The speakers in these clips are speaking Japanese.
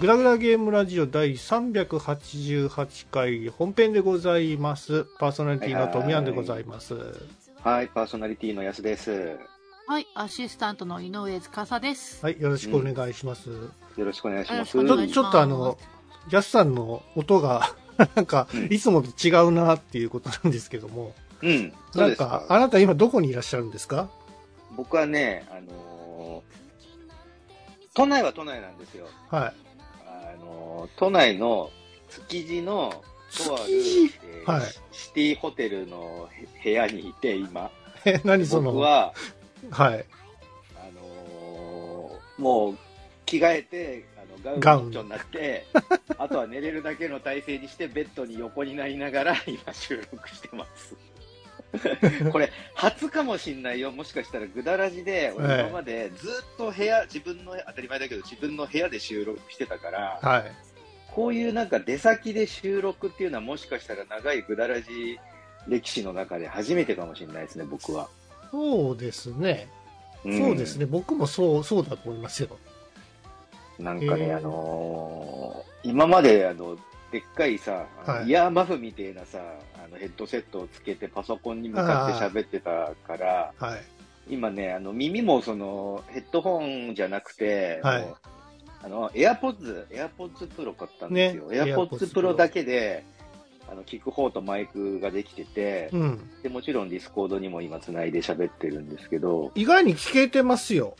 グラグラゲームラジオ第388回本編でございます。パーソナリティのトミヤンでございます。はい、パーソナリティの安です。よはい、アシスタントの井上司です。はい、よろしくお願いします。ろしくお願いします。よちろしくお願ょいしちょっとあの、ヤスさんの音が、 なんかうん、いつもと違うなっていうことなんですけども、うん、そうなんですかか、。あなた今どこにいらっしゃるんですか僕はね、あのー都内は都内なんですよ。はい。あのー都内の築地のとある、築地えーはいシシティホテルのへ部屋にいて、今。え、 何その、僕はは、い。あのーもう、着替えて、あのガガウウンン一丁にな って、あとは寝れるだけの体勢にして、ベッドに横になりなが ら、今、収録してます。 これ、初かもしんないよ、もしかしたら、ぐだらじで、ええ俺、今までずっと部屋、自分の、当たり前だけど、自分の部屋で収録してたから、はい。こういうなんか出先で収録っていうのは、もしかしたら長いぐだらじ歴史の中で初めてかもしれないですね、僕は。そうですね。んそうですね。僕もそう、そうだと思いますよ。なんかね、へーあのー今まであのでっかいさ、あのはいイヤーマフみたいなさあのヘッドセットをつけてパソコンに向かって喋ってたからはい。今ねあの耳もそのヘッドホンじゃなくて、はいもうあのエアポッズエアポッズプロ買ったんですよ、ねエアポッ AirPods ズプロだけであの聞く方とマイクができてて、うん。でもちろんディスコードにも今つないで喋ってるんですけど意外に聞けてますよ。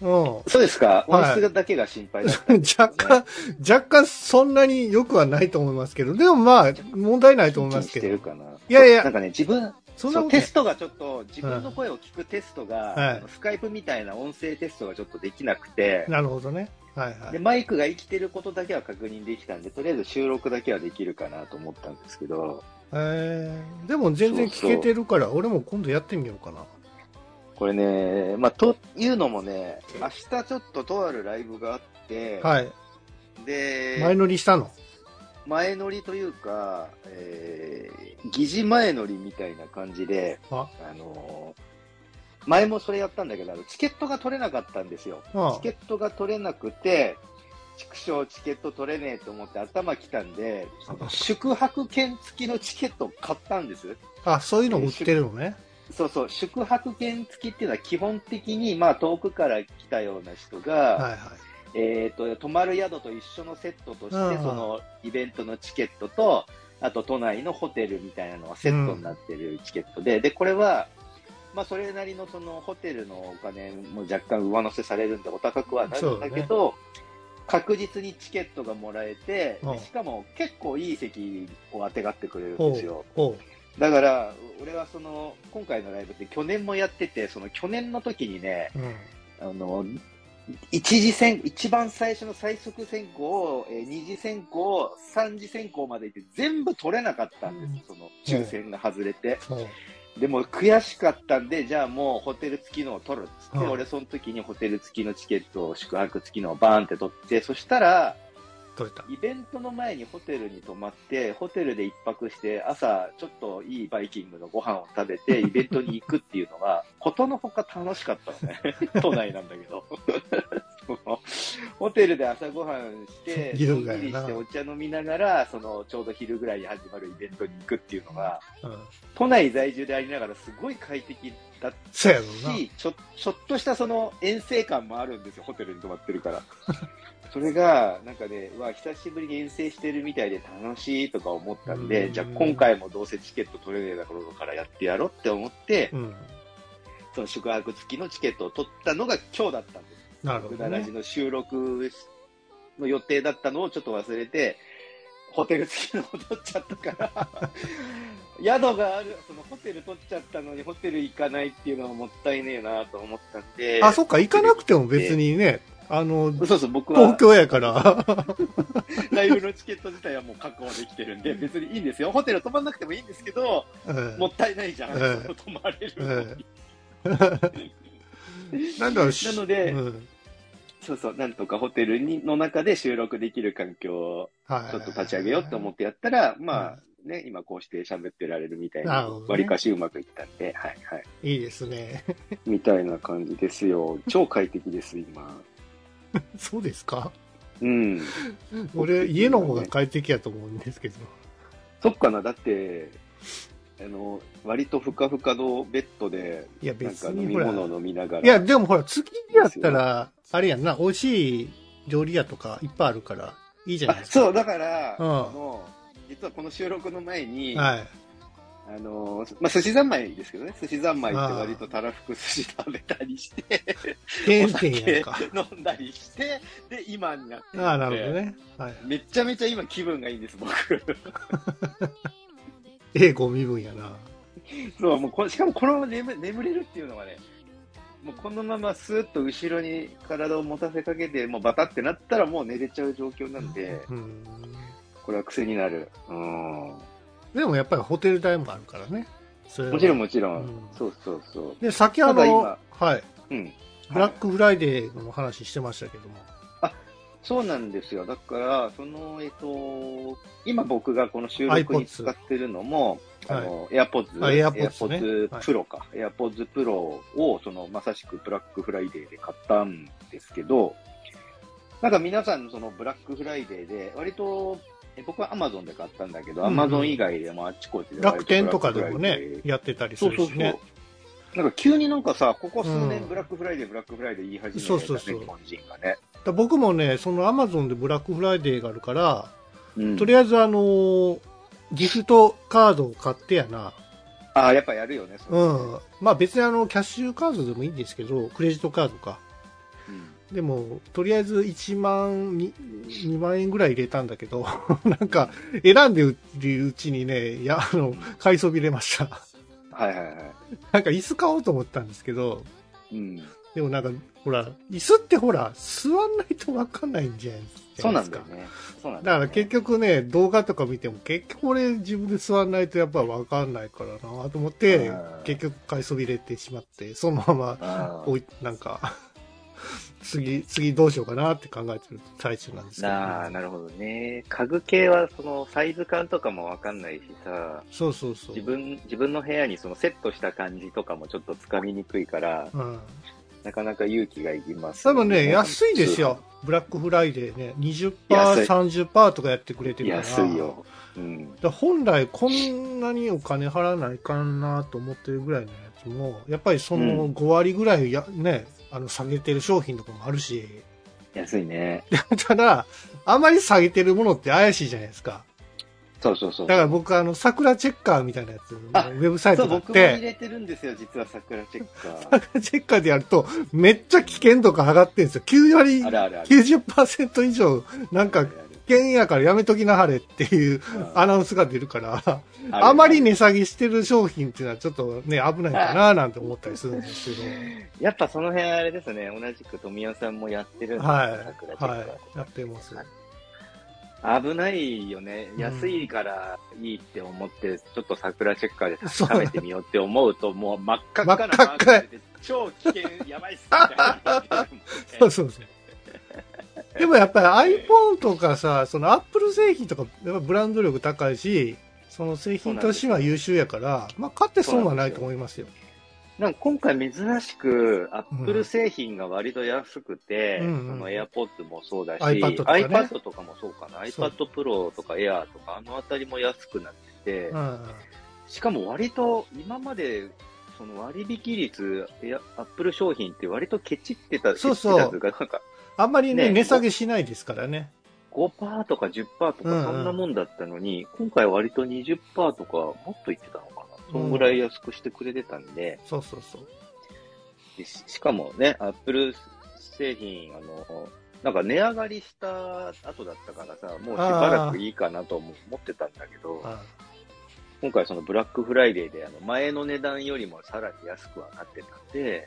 うん。 そうですか、はい音質だけが心配だった 若干、若干そんなに良くはないと思いますけど、でもまあ、問題ないと思いますけしてるど。かな。いやいやなんかね、自分、そんなそこうとテないストがちょっと、自分の声を聞くテストが、はいあのスカイプみたいな音声テストがちょっとできなくて、なるほどね。はいはでい。マイクが生きてることだけは確認できたんで、とりあえず収録だけはできるかなと思ったんですけど、えー、でも全然聞けてるから、俺も今度やってみようかな。これね、まあ、というのもね、明日ちょっととあるライブがあって、はい。で前乗りしたの。前乗りというか、えー疑似前乗りみたいな感じで、あのー前もそれやったんだけど、あのチケットが取れなかったんですよ。あチケットが取れなくて、畜生チケット取れねえと思って頭きたんで、宿泊券付きのチケットを買ったんです。あ、そういうの売ってるのね。そうそう、宿泊券付きっていうのは基本的に、まあ遠くから来たような人が、はいはい。えー、と泊まる宿と一緒のセットとして、うんうんそのイベントのチケットと、あと都内のホテルみたいなのはセットになってるチケットで、でこれは、まあ、それなりのそのホテルのお金も若干上乗せされるんで、お高くはなるんだけど、確実にチケットがもらえて、うんしかも結構いい席をあてがってくれるんほですよう。。ほだから、俺はその今回のライブって去年もやってて、その去年の時にね、う。うん。あの一次選一番最初の最速選考、えー二次選考、三次選考まで行って全部取れなかったんです、その抽選が外れて、ほう。でも悔しかったんで、じゃあもうホテル付きのを取るっつって、うん俺、その時にホテル付きのチケットを宿泊付きのをバーンって取って、そしたら、取れた。イベントの前にホテルに泊まって、ホテルで一泊して、朝、ちょっといいバイキングのご飯を食べ て、イベントに行くっていうのが、ことのほか楽しかったのね、 都内なんだけど。そのホテルで朝ごはんして、ギのルんガやなびりしてお茶飲みながら、そのちょうど昼ぐらいに始まるイベントに行くっていうのが、うん。都内在住でありながら、すごい快適だったそうやろうな。しちょちょっとしたその遠征感もあるんですよ、ホテルに泊まってる から。それが、なんかね、うわ、久しぶりに遠征してるみたいで楽しいとか思ったんうで、んじゃあ今回もどうせチケット取れねえだろうからやってやろうって思って、うん。その宿泊付きのチケットを取ったのが今日だったんです。なるほぐどだらねじ。の収録の予定だったのをちょっと忘れて、ホテル付きのを取っちゃったから、 宿がある、そのホテル取っちゃったのにホテル行かないっていうのはもったいねえなと思ったんで、あ、そっか、行かなくても別にね、あの、そうそう、僕東は京やから。ライブのチケット自体はもう確保できてるんで、別にいいんですよ。ホテル泊まんなくてもいいんですけど、うんもったいないじゃん、ええ泊まれるのに。なんだ ろうなのでうんそうそう、なんとかホテルにの中で収録できる環境をはいちょっと立ち上げようと思ってやったら、まあね、今こうして喋ってられるみたいなるなほど、ねわりかしうまくいったんで、はいはい。いいです ね。みたいな感じですよ。超快適です、今。そうですかうん。俺、家の方が快適やと思うんですけど。そっかな、だって、あの、割とふかふかのベッドで、いや、なん別か飲にみほら。物飲みながら。いや、でもほら、月やったら、あれやんな、美味しい料理屋とかいっぱいあるから、いいじゃないあですか。そう、だから、うあんの、実はこの収録の前に、はい。あの、まあ、寿司三昧ですけどね、寿司三昧って割とたらふく寿司食べたりして、 原点やんか。飲んだりして、で、今になってああ、なるほどね。はい。めちゃめちゃ今気分がいいんです、僕。 ええご身分やな。そう、もうこしかもこのまま眠眠れるっていうのがね、もうこのままスーッと後ろに体を持たせかけて、もうバタってなったらもう寝れちゃう状況なんで、うん。これは癖になる。うん。でもやっぱりホテル代もあるからね。それはもちろんもちろん。うんそうそうそう。で、先ほどただ今、はい。うん。ブラックフライデーの話してましたけども。そうなんですよ。だから、その、えっと、今僕がこの収録に iPods 使ってるのも、あはいの、AirPods、あ AirPods ね AirPods はい Pro か、AirPods Pro を、その、まさしくブラックフライデーで買ったんですけど、なんか皆さんのそのブラックフライデーで、割と、え僕は Amazon で買ったんだけど、うん Amazon 以外でもあっちこっちで割楽とブラッ天クとかでもフライデーね、やってたりすそうるそうしそう。ね。なんか急になんかさ、ここ数う年んブラックフライデー、ブラックフライデー言い始めたね、そうそうそう日本人がね。だ僕もね、そのアマゾンでブラックフライデーがあるから、うんとりあえずあのーギフトカードを買ってやな。ああ、やっぱやるよね、それうねん。まあ別にあの、キャッシュカードでもいいんですけど、クレジットカードか。うんでも、とりあえず1万、2, 2万円ぐらい入れたんだけど、 なんか、選んでるうちにね、いや、あの、買いそびれました。はいはいはなんか椅子買おうと思ったんですけど、い。うん。でもなんか、ほら、椅子ってほら、座んないとわかんないんじゃないですか。そうなんだよね。そうなんだよからね結局ね、動画とか見ても結局俺自分で座んないとやっぱわかんないからなと思ってうん、結局買いそびれてしまって、そのまま、あおい、なんか、 次、次どうしようかなって考えてる最中なんでーすけどね、なあ、なるほどね。家具系はそのサイズ感とかもわかんないしさ、そうそうそう。自分、自分の部屋にそのセットした感じとかもちょっとつかみにくいから、うん。なかなか勇気がいります、多分ね、安いですよ。。ブラックフライデーね。20%、安い30%とかやってくれてるから。安いよ。うん。だから本来こんなにお金払わないかんなと思ってるぐらいのやつも、やっぱりそのうん5割ぐらいや、ね、あの下げてる商品とかもあるし、安いね。ただ、あまり下げてるものって怪しいじゃないですか。そうそうそう。だから僕、あの、桜チェッカーみたいなやつ、ウあェブサイそう、トがあっ僕も入て、れてるんですよ、実は桜チェッカー。桜チェッカーでやると、めっちゃ危険度が上がってるんですよ。9割 あ、るあるある。 90%以上、なんあかる、ある危険やからやめときなはれっていううんアナウンスが出るから、あるあまり値下げしてる商品っていうのはちょっとね、危ないかななんて思ったりするんですけやっぱその辺あれですね、同じく富山さんもやってるんど、ではい桜、チェッカーはとい、やってます。か危ないよねう。ん安いからいいって思って、ちょっと桜チェッカーでそう食べてみようって思うと、もう真っ赤っかな真っ赤っかいマークで超危険、やばいっすみたいなのが出てるもんね。 そうそうそう。でもやっぱり iPhone とかさ、その Apple 製品とか、やっぱブランド力高いし、その製品としては優秀やから、まあ、買って損はないと思いますよ。なんか今回珍しく、アップル製品が割と安くて、うんその AirPods もそうだし、 iPad とかね iPad とかもそうかな。そう iPad Pro とか Air とか、あのあたりも安くなってて、うん。しかも割と今までその割引率、いやアップル商品って割とケチってた、そうそうケチってたというか、なんかあんまりね、ね値下げしないですからね。 5%とか10%とうんうかそんんなもんだったのに、今回割と20%とかもっといってたのかな。そんぐらい安くしてくれてたんで、そうそうそう。でししかもね、アップル製品、あの、なんか値上がりした後だったからさ、もうしばらくいいかなと思思ってたんだけど、あ今回そのブラックフライデーであの前の値段よりもさらに安くはなってたんで、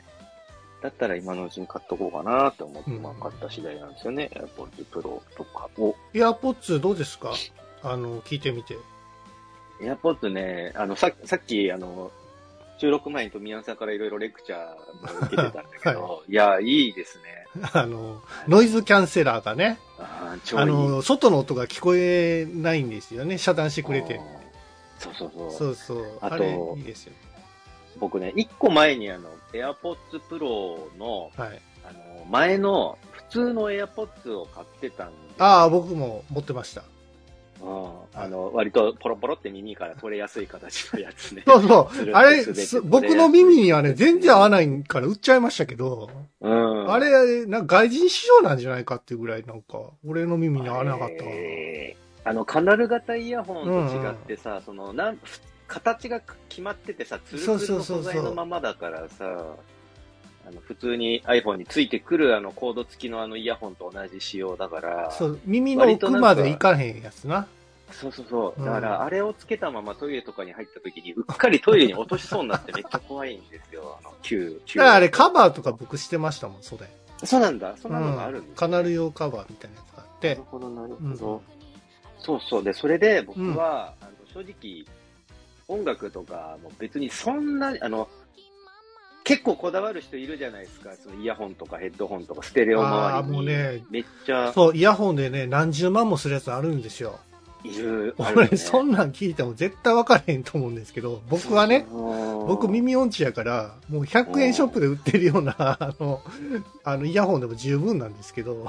だったら今のうちに買っとこうかなと思って、うんまあ買った次第なんですよね。a i r p o d とかを。 AirPods どうですかあの、聞いてみて。 AirPods ね、あのささっきあの、収録前に富山さんからいろいろレクチャーも受けてたんだけど、い、や、いいですね。あの、ノイズキャンセラーがね、あー超いい。あの、外の音が聞こえないんですよね。遮断してくれてあー。そうそうそう。そうそう。ああとれ、いいですよ。僕ね、一個前にあの、AirPods Pro の、はい。あの、前の普通の AirPods を買ってたんで、ああ、僕も持ってました。うん、あの割とポロポロって耳から取れやすい形のやつね。そうそうつるっ。とあれ滑って、す僕の耳にはね、全然合わい。ないから売っちゃいましたけど、うん、あれ、なんか外人市場なんじゃないかっていうぐらい、なんか、俺の耳に合わなかったわ。えーあのカナル型イヤホンと違ってさ、そのなんふ形が決まっててさツルツルのそうそ素うそうそう材のままだからさあの普通に iPhone についてくるあのコード付きのあのイヤホンと同じ仕様だからそそうう、耳の奥までいかへんやつな。そうそううんだからあれをつけたままトイレとかに入った時にうっかりトイレに落としそうになってめっちゃ怖いんですよあの旧旧だからあれカバーとか僕してましたもん、それ。そうなんだそんうなのがあるんんです、ね。カナル用カバーみたいなやつがあっなてる。ほど、なるほほどど。そうそう。で、それで僕は、あの正直、音楽とか、も別にそんな、あの、結構こだわる人いるじゃないですか。そのイヤホンとかヘッドホンとかステレオああ、周りに。もうね、めっちゃそう、イヤホンでね、何十万もするやつあるんですよ。いる。あるよ俺、ねそんなん聞いても絶対分からへんと思うんですけど、僕はね、僕、うん耳音痴やから、もう100円ショップで売ってるような、あの、あの、イヤホンでも十分なんですけど、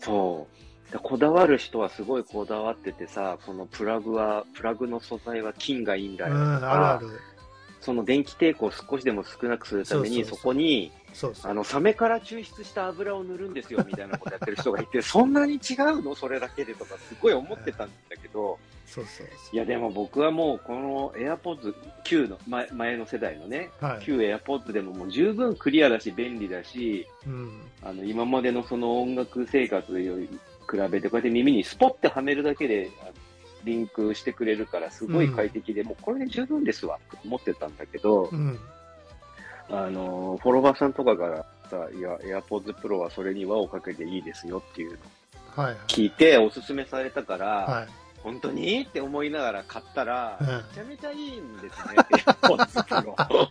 そう。でこだわる人はすごいこだわっててさ、このプラグは、プラグの素材は金がいいんうだん、よ。あるある。その電気抵抗を少しでも少なくするために、そうそうそうそこに、そうそあう。のサメから抽出した油を塗るんですよみたいなことやってる人がいて、 そんなに違うの、それだけでとか、すごい思ってたんだけど、そうそういや、でも僕はもう、この AirPods、旧の前前の世代のね、そう。はい。旧 AirPods でももう十分クリアだし、便利だし、うん。あの今までのその音楽生活より比べて、こうやって耳にスポッてはめるだけで、あのリンクしてくれるから、すごい快適で、もうこれで十分ですわって思ってたんだけど、うん。あのフォロワーさんとかからさ、いや、AirPods Pro はそれに輪をかけていいですよっていうのをはい。聞いて、おすすめされたから、はい。本当にって思いながら買ったら、うんめちゃめちゃいいんですね、AirPods Pro。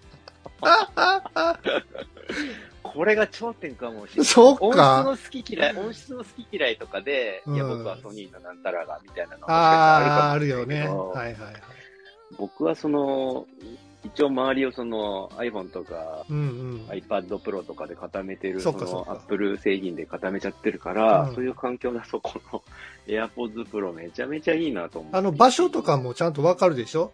これが頂点かもしれない。そっか音質の好き嫌い、音質の好き嫌いとかで、いや、うん僕はソニーのなんたらが、みたいなのがああ、あもるしかよしたらね。あるかもしれないけどはいはいはい。僕はその、一応周りをその iPhone とかうんうん。 iPad Pro とかで固めてる、そそっかそっのか Apple 製品で固めちゃってるから、うんそういう環境だと、この AirPods Pro めちゃめちゃいいなと思う。あの、場所とかもちゃんとわかるでしょ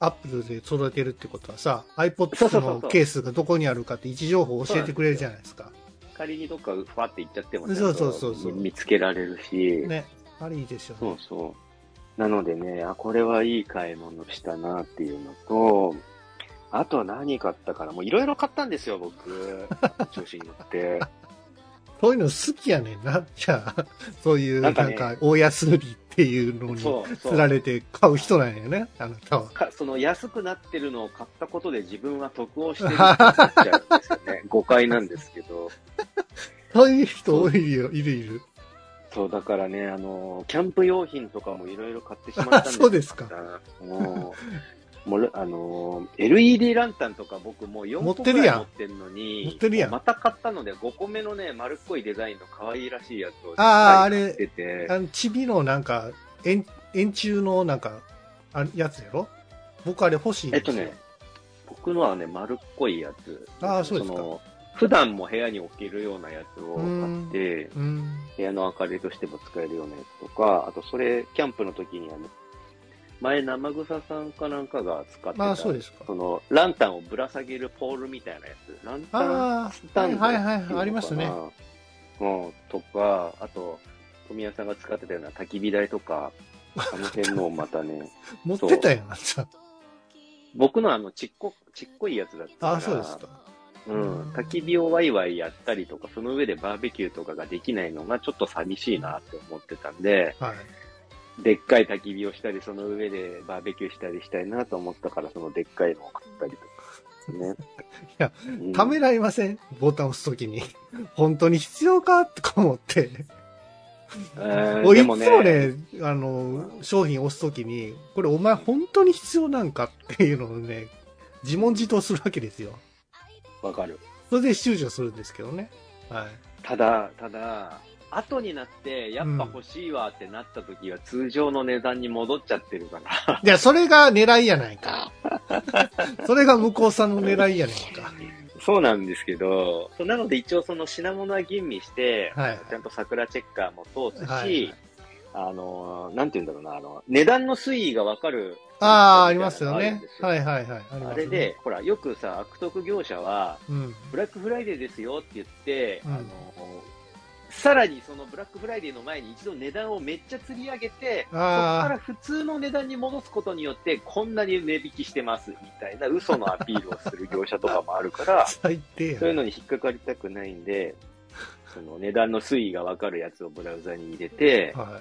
アップルで揃えてるってことはさ、そうそ iPods うそうのそうケースがどこにあるかって位置情報を教えてくれるじゃないですか。仮にどっかふわって行っちゃっても、そうそうそうそう見つけられるし、ね。あれいいですよそねう。そう。なのでね、あ、これはいい買い物したなっていうのと、あとは何買ったかな。もういろいろ買ったんですよ、 僕。調子に乗って。そういうの好きやねんな。じゃあ、そういう、ななんんか、かね大安売りっていうのに、そうそ釣らう。れて買う人なんやね、あなたは。かその安くなってるのを買ったことで自分は得をしてるってなっちゃうんですよ ね。誤解なんですけど。そういう人多いよ、いるいる。そう、だからね、あの、キャンプ用品とかもいろいろ買ってしまったんですそうですか。もう、もうあの、LED ランタンとか僕もう4持個ってくるらいやん持ってるのに、持ってるやんまた買ったので、5個目のね、丸っこいデザインの可愛いらしいやつを、あーあれ買ってて、あの、チビのなんか、円、円柱のなんか、あやつやろ僕あれ欲しいんえでっすとよ。ね、僕のはね、丸っこいやつ。あーそうですかの普段も部屋に置けるようなやつを買って、うん。部屋の明かりとしても使えるようなやつとか、あとそれ、キャンプの時にあの、前生草さんかなんかが使ってた、まあそうですか。そのランタンをぶら下げるポールみたいなやつ、ランタあンスタンドあはいはいはいってうのかなありますね。うん、とか、あと、富谷さんが使ってたような焚き火台とか、あの辺のをまた ね、持ってたやん、あんた。僕のあのちっこ、ちっこいやつだったから、ああ、そうですか。うん、焚き火をワイワイやったりとか、その上でバーベキューとかができないのがちょっと寂しいなって思ってたんで、はい。でっかい焚き火をしたり、その上でバーベキューしたりしたいなと思ったから、そのでっかいのを買ったり とかですね。いためらいませんボタン押すときに。 本当に必要かとか思って。えーで俺いつももねね、あの、商品押すときに、これお前本当に必要なんかっていうのをね、自問自答するわけですよ。わかる。それで躊躇するんですけどね。はい。ただ、ただ、後になって、やっぱ欲しいわってなった時は、通常の値段に戻っちゃってるから。じ ゃあそれが狙いやないか。それが向こうさんの狙いやないか。そうなんですけど、そうなので一応その品物は吟味して、 はいちゃんと桜チェッカーも通すし、はいはいあのー、なんて言うんだろうな、あの、値段の推移がわかる。。ああ、ありますよね。はいいはいはい。ありますねあれで、、ほら、よくさ、悪徳業者は、うん。ブラックフライデーですよって言って、うんあのー、さらにそのブラックフライデーの前に一度値段をめっちゃ釣り上げて、そこかあら普通の値段に戻すことによって、こんなに値引きしてますみたいな嘘のアピールをする業者とかもあるか あ、ら、最低やそういうな。のに引っかかりたくないんで、その値段の推移がわかるやつをブラウザに入れて、は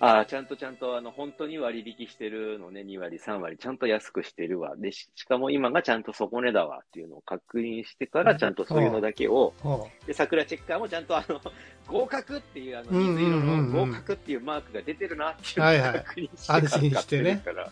ああ、ちゃんとちゃんとあの本当に割引してるのね、2割、3割、ちゃんと安くしてるわ。で、ししかも今がちゃんと底値だわっていうのを確認してから、ちゃんとそういうのだけを、い。はで、桜チェッカーもちゃんとあの、 合格っていう、あの、うんうん水色うんうんの合格っていうマークが出てるなってはいいうのはをい確認してから安心してね買ってるから。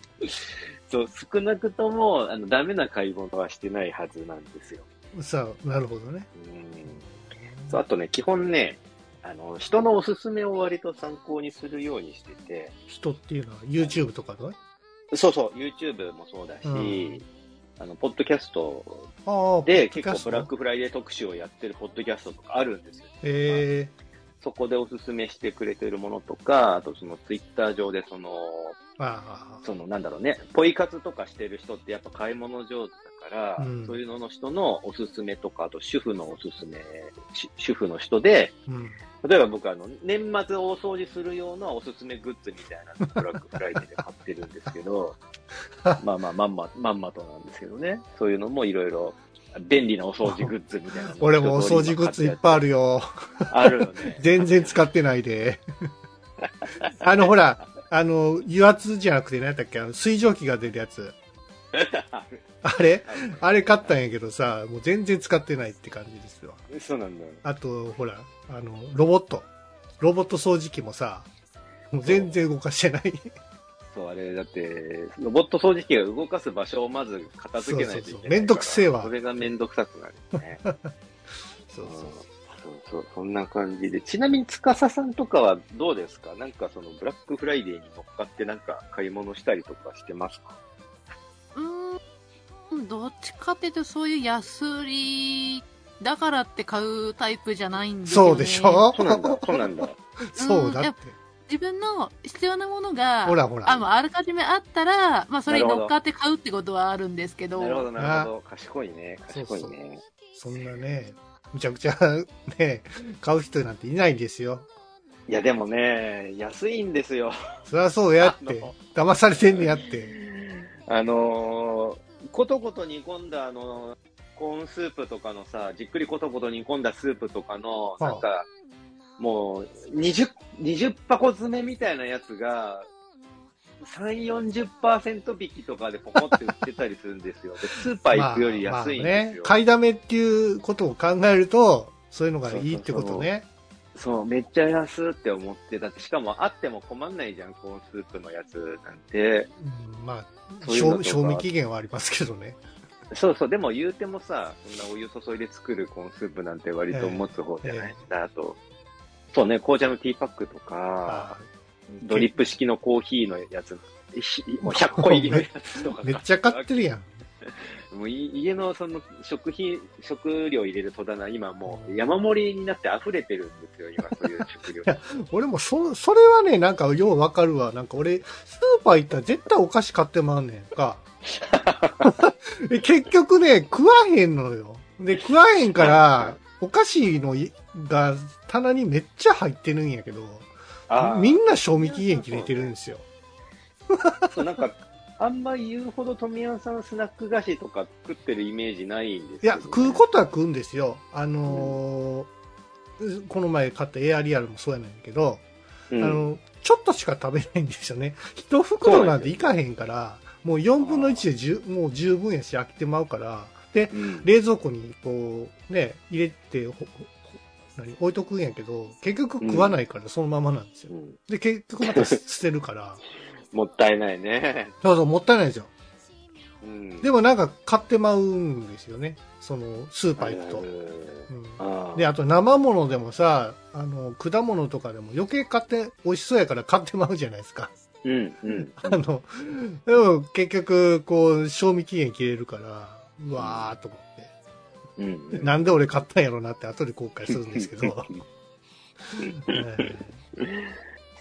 そう、少なくとも、あの、ダメな買い物はしてないはずなんですよ。あさあ、なるほどね。うん。そう、あとね、基本ね、あの、人のおすすめを割と参考にするようにしてて、人っていうのは YouTube とかのそうそう、YouTube もそうだし、うんあの、ポッドキャストああ、で結ポッドキャ構ストブラッ。クフライデー特集をやってるポッドキャストとかあるんですよ。えそこでおすすめしてくれてるものとか、あとそのツイッター上でその、えあそのなんだろうね、ポイ活とかしてる人ってやっぱ買い物上手だから、うんそういうのの人のおすすめとか、あと主婦のおすすめ、し主婦の人で、あ、うん。例えば僕あの、年末お掃除する用のおすすめグッズみたいなのをブラックフライデーで買ってるんですけど、 まあまあまんま、まんまとなんですけどね、そういうのもいろいろ便利なお掃除グッズみたいなの俺もお掃除グッズいっぱいあるよ。あるよね。全然使ってないで。 あの、ほら、あの、油圧じゃなくて何やったっけあの水蒸気が出るやつ。 あれあれ買ったんやけどさ、もう全然使ってないって感じですよ。そうなんだよ。あと、ほら、あの、ロボット。ロボット掃除機もさ、もう全然動かしてない。そう、あれ、だって、ロボット掃除機が動かす場所をまず片付けないといけないからそうそうそうめんどくせえわそれがめんどくさくなるよね。そううんそう。そうそう、そんな感じで。ちなみに、司さんとかはどうですかなんかその、ブラックフライデーに乗っかってなんか買い物したりとかしてますかうーん、どっちかっていうと、そういう安売りだからって買うタイプじゃないんですよ、ね。そうでしょそうなん だ、そうなんだ。そうだって。自分の必要なものが、ほらほらあもうあらかじめあったら、まあ、それに乗っかって買うってことはあるんですけど。なるほど、ななるほど。賢いね、賢いそうね。そんなね、むちゃくちゃね、買う人なんていないんですよ。いや、でもね、安いんですよ。そりゃそうやってあの。騙されてんねやって。あのー、ことこと煮込んだあの、コーンスープとかのさ、じっくりことこと煮込んだスープとかの、あなんか、もう、20、20箱詰めみたいなやつが、3、40%引きとかでポコって売ってたりするんですよ。で、スーパー行くより安いんですよ。買いだめっていうことを考えると、そういうのがいいってことね。そう、めっちゃ安って思って、だってしかもあっても困んないじゃん、コーンスープのやつなんて。うんまあ、そういうのと賞か賞味期限はありますけどね。そうそう、でも言うてもさ、そんなお湯注いで作るコーンスープなんて割と持つ方じゃないえだ、あと、そうね、紅茶のティーパックとか、ドリップ式のコーヒーのやつ、ひもう100個入りのやつとかあめっちゃ買ってるやん。もうい家のその食品、食料入れる戸棚、今もう山盛りになって溢れてるんですよ、今そういう食料。俺もそ、それはね、なんかようわかるわ。なんか俺、スーパー行ったら絶対お菓子買ってまうねん か。で結局ね、食わへんのよ。で、食わへんから、お菓子のいが棚にめっちゃ入ってるんやけど、あーみんな賞味期限切れてるんですよ。そうなんか、あんま言うほど富山さんスナック菓子とか作ってるイメージないんですいけどや、ね食うことは食うんですよ。あのーこの前買ったエアリアルもそうやねんけど、うんあの、ちょっとしか食べないんですよね。 一袋なんていかへんから、もう4分の1でじゅもう十分やし飽きてまうから、で、うん冷蔵庫にこう、ね、入れて、ほほほ何置いとくんやけど、結局食わないからそのままなんですよう。んで、結局また捨 捨てるから、もったいないね。そうそう、もったいないですよ。うんでもなんか買ってまうんですよね。その、スーパー行くと。うんあで、あと生物でもさ、あの、果物とかでも余計買って、美味しそうやから買ってまうじゃないですか。うんうん。 あの、でも結局、こう、賞味期限切れるから、うわーと思って。うん。なんで俺買ったんやろなって後で後悔するんですけど。 え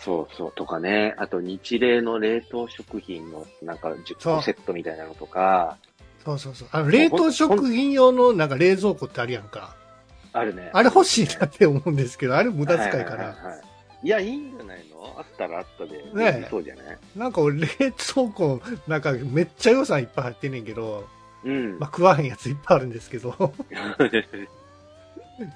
そうそう。とかね。あと、日例の冷凍食品の、なんか、10個セットみたいなのとか、ーそうそうそう。あの、冷凍食品用のなんか冷蔵庫ってあるやんか。あるね。あれ欲しいなって思うんですけど、あれ無駄遣いかははら。はいはい。いや、いいんじゃないのあったらあったで。ねえそうじゃないなんか俺冷蔵庫、なんかめっちゃ予算いっぱい入ってんねんけど、うん。 まあ食わへんやついっぱいあるんですけど。 い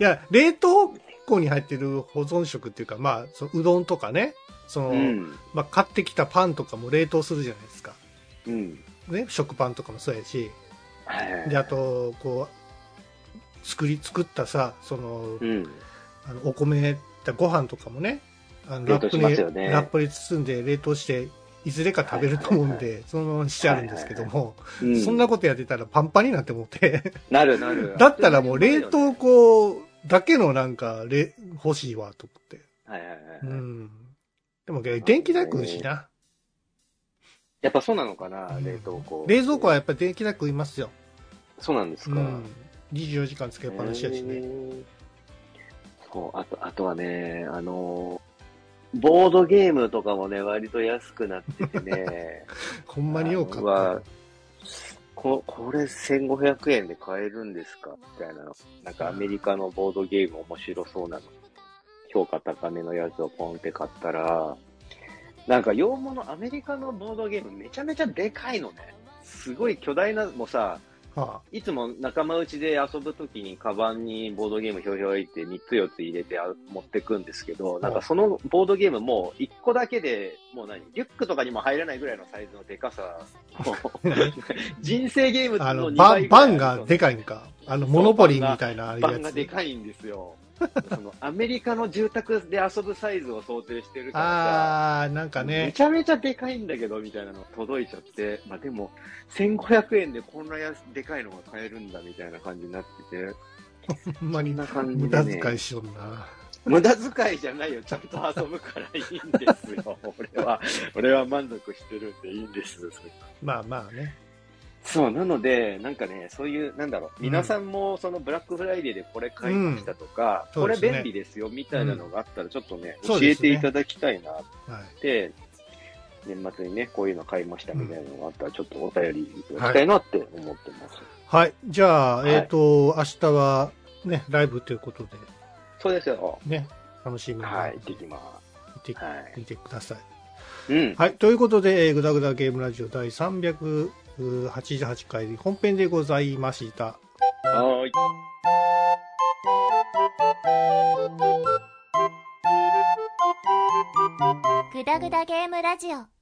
や、冷凍庫に入ってる保存食っていうか、まあ、そのうどんとかね、その、うん。まあ買ってきたパンとかも冷凍するじゃないですか。うん。ね、食パンとかもそうやし。はいはい。であとこう作り作ったさその、うん。あのお米だご飯とかもねあの冷ラ凍ッしプに、ますよねラップに包んで冷凍していずれか食べると思うんで、はそのまましてあるんですけども、うんそんなことやってたらパンパンになって思って。なるなるだったらもう冷凍庫だけのなんかれ欲しいわと思って、はいはいはいはい。うん、でも電気代食うしなやっぱそうなのかな、うん冷凍庫。冷蔵庫はやっぱり電気代食いますよ、そうなんですうか。ん、24時間つけっぱなしやしね、へーそう、あと、あとはね、あのー、ボードゲームとかもね、割と安くなっててね。 ほんまにようかうわここれ1500円で買えるんですかみたいな。なんかアメリカのボードゲーム面白そうなの。評価高めのやつをポンって買ったら、なんか洋物アメリカのボードゲームめちゃめちゃでかいのね。すごい巨大な、もうさ、はいつも仲間内で遊ぶときにカバンにボードゲームひょいひょいって3つ4つ入れてあ持ってくんですけど、なんかそのボードゲームもう1個だけで、もう何、リュックとかにも入らないぐらいのサイズのでかさ。 もうあ人生ゲームあのの、 2バ倍ン、ぐらいあバンがるでかいんか。あの、モノポリンみたいな、ああいうバンがやでつ。かいんですよ。そのアメリカの住宅で遊ぶサイズを想定してるからあー、なんさ、かめね。ちゃめちゃでかいんだけどみたいなの届いちゃって、まあでも、1500円でこんなやつでかいのが買えるんだみたいな感じになってて、ほんまそんにな感じ無で、駄ね、遣いしよんな。無駄遣いじゃないよ、ちゃんと遊ぶからいいんですよ、 俺は、俺は満足してるんでいいんです、それまあまあね。そう、なので、なんかね、そういう、なんだろう、うん皆さんも、そのブラックフライデーでこれ買いましたとか、うんこそうでれすね便利ですよ、みたいなのがあったら、ちょっとね、うん教そうえですてねいただきたいなっはい。て、年末にね、こういうの買いましたみたいなのがあったら、ちょっとお便りいただきたいなって思ってます。はい。じゃあ、はいえっ、と、明日は、ね、ライブということで、そうですよ。ね、楽しみにはい、行っ見ててきまは見てください。す。うん。はい。ということで、えー、ぐだぐだゲームラジオ第388回本編でございました。はーい。グダグダゲームラジオ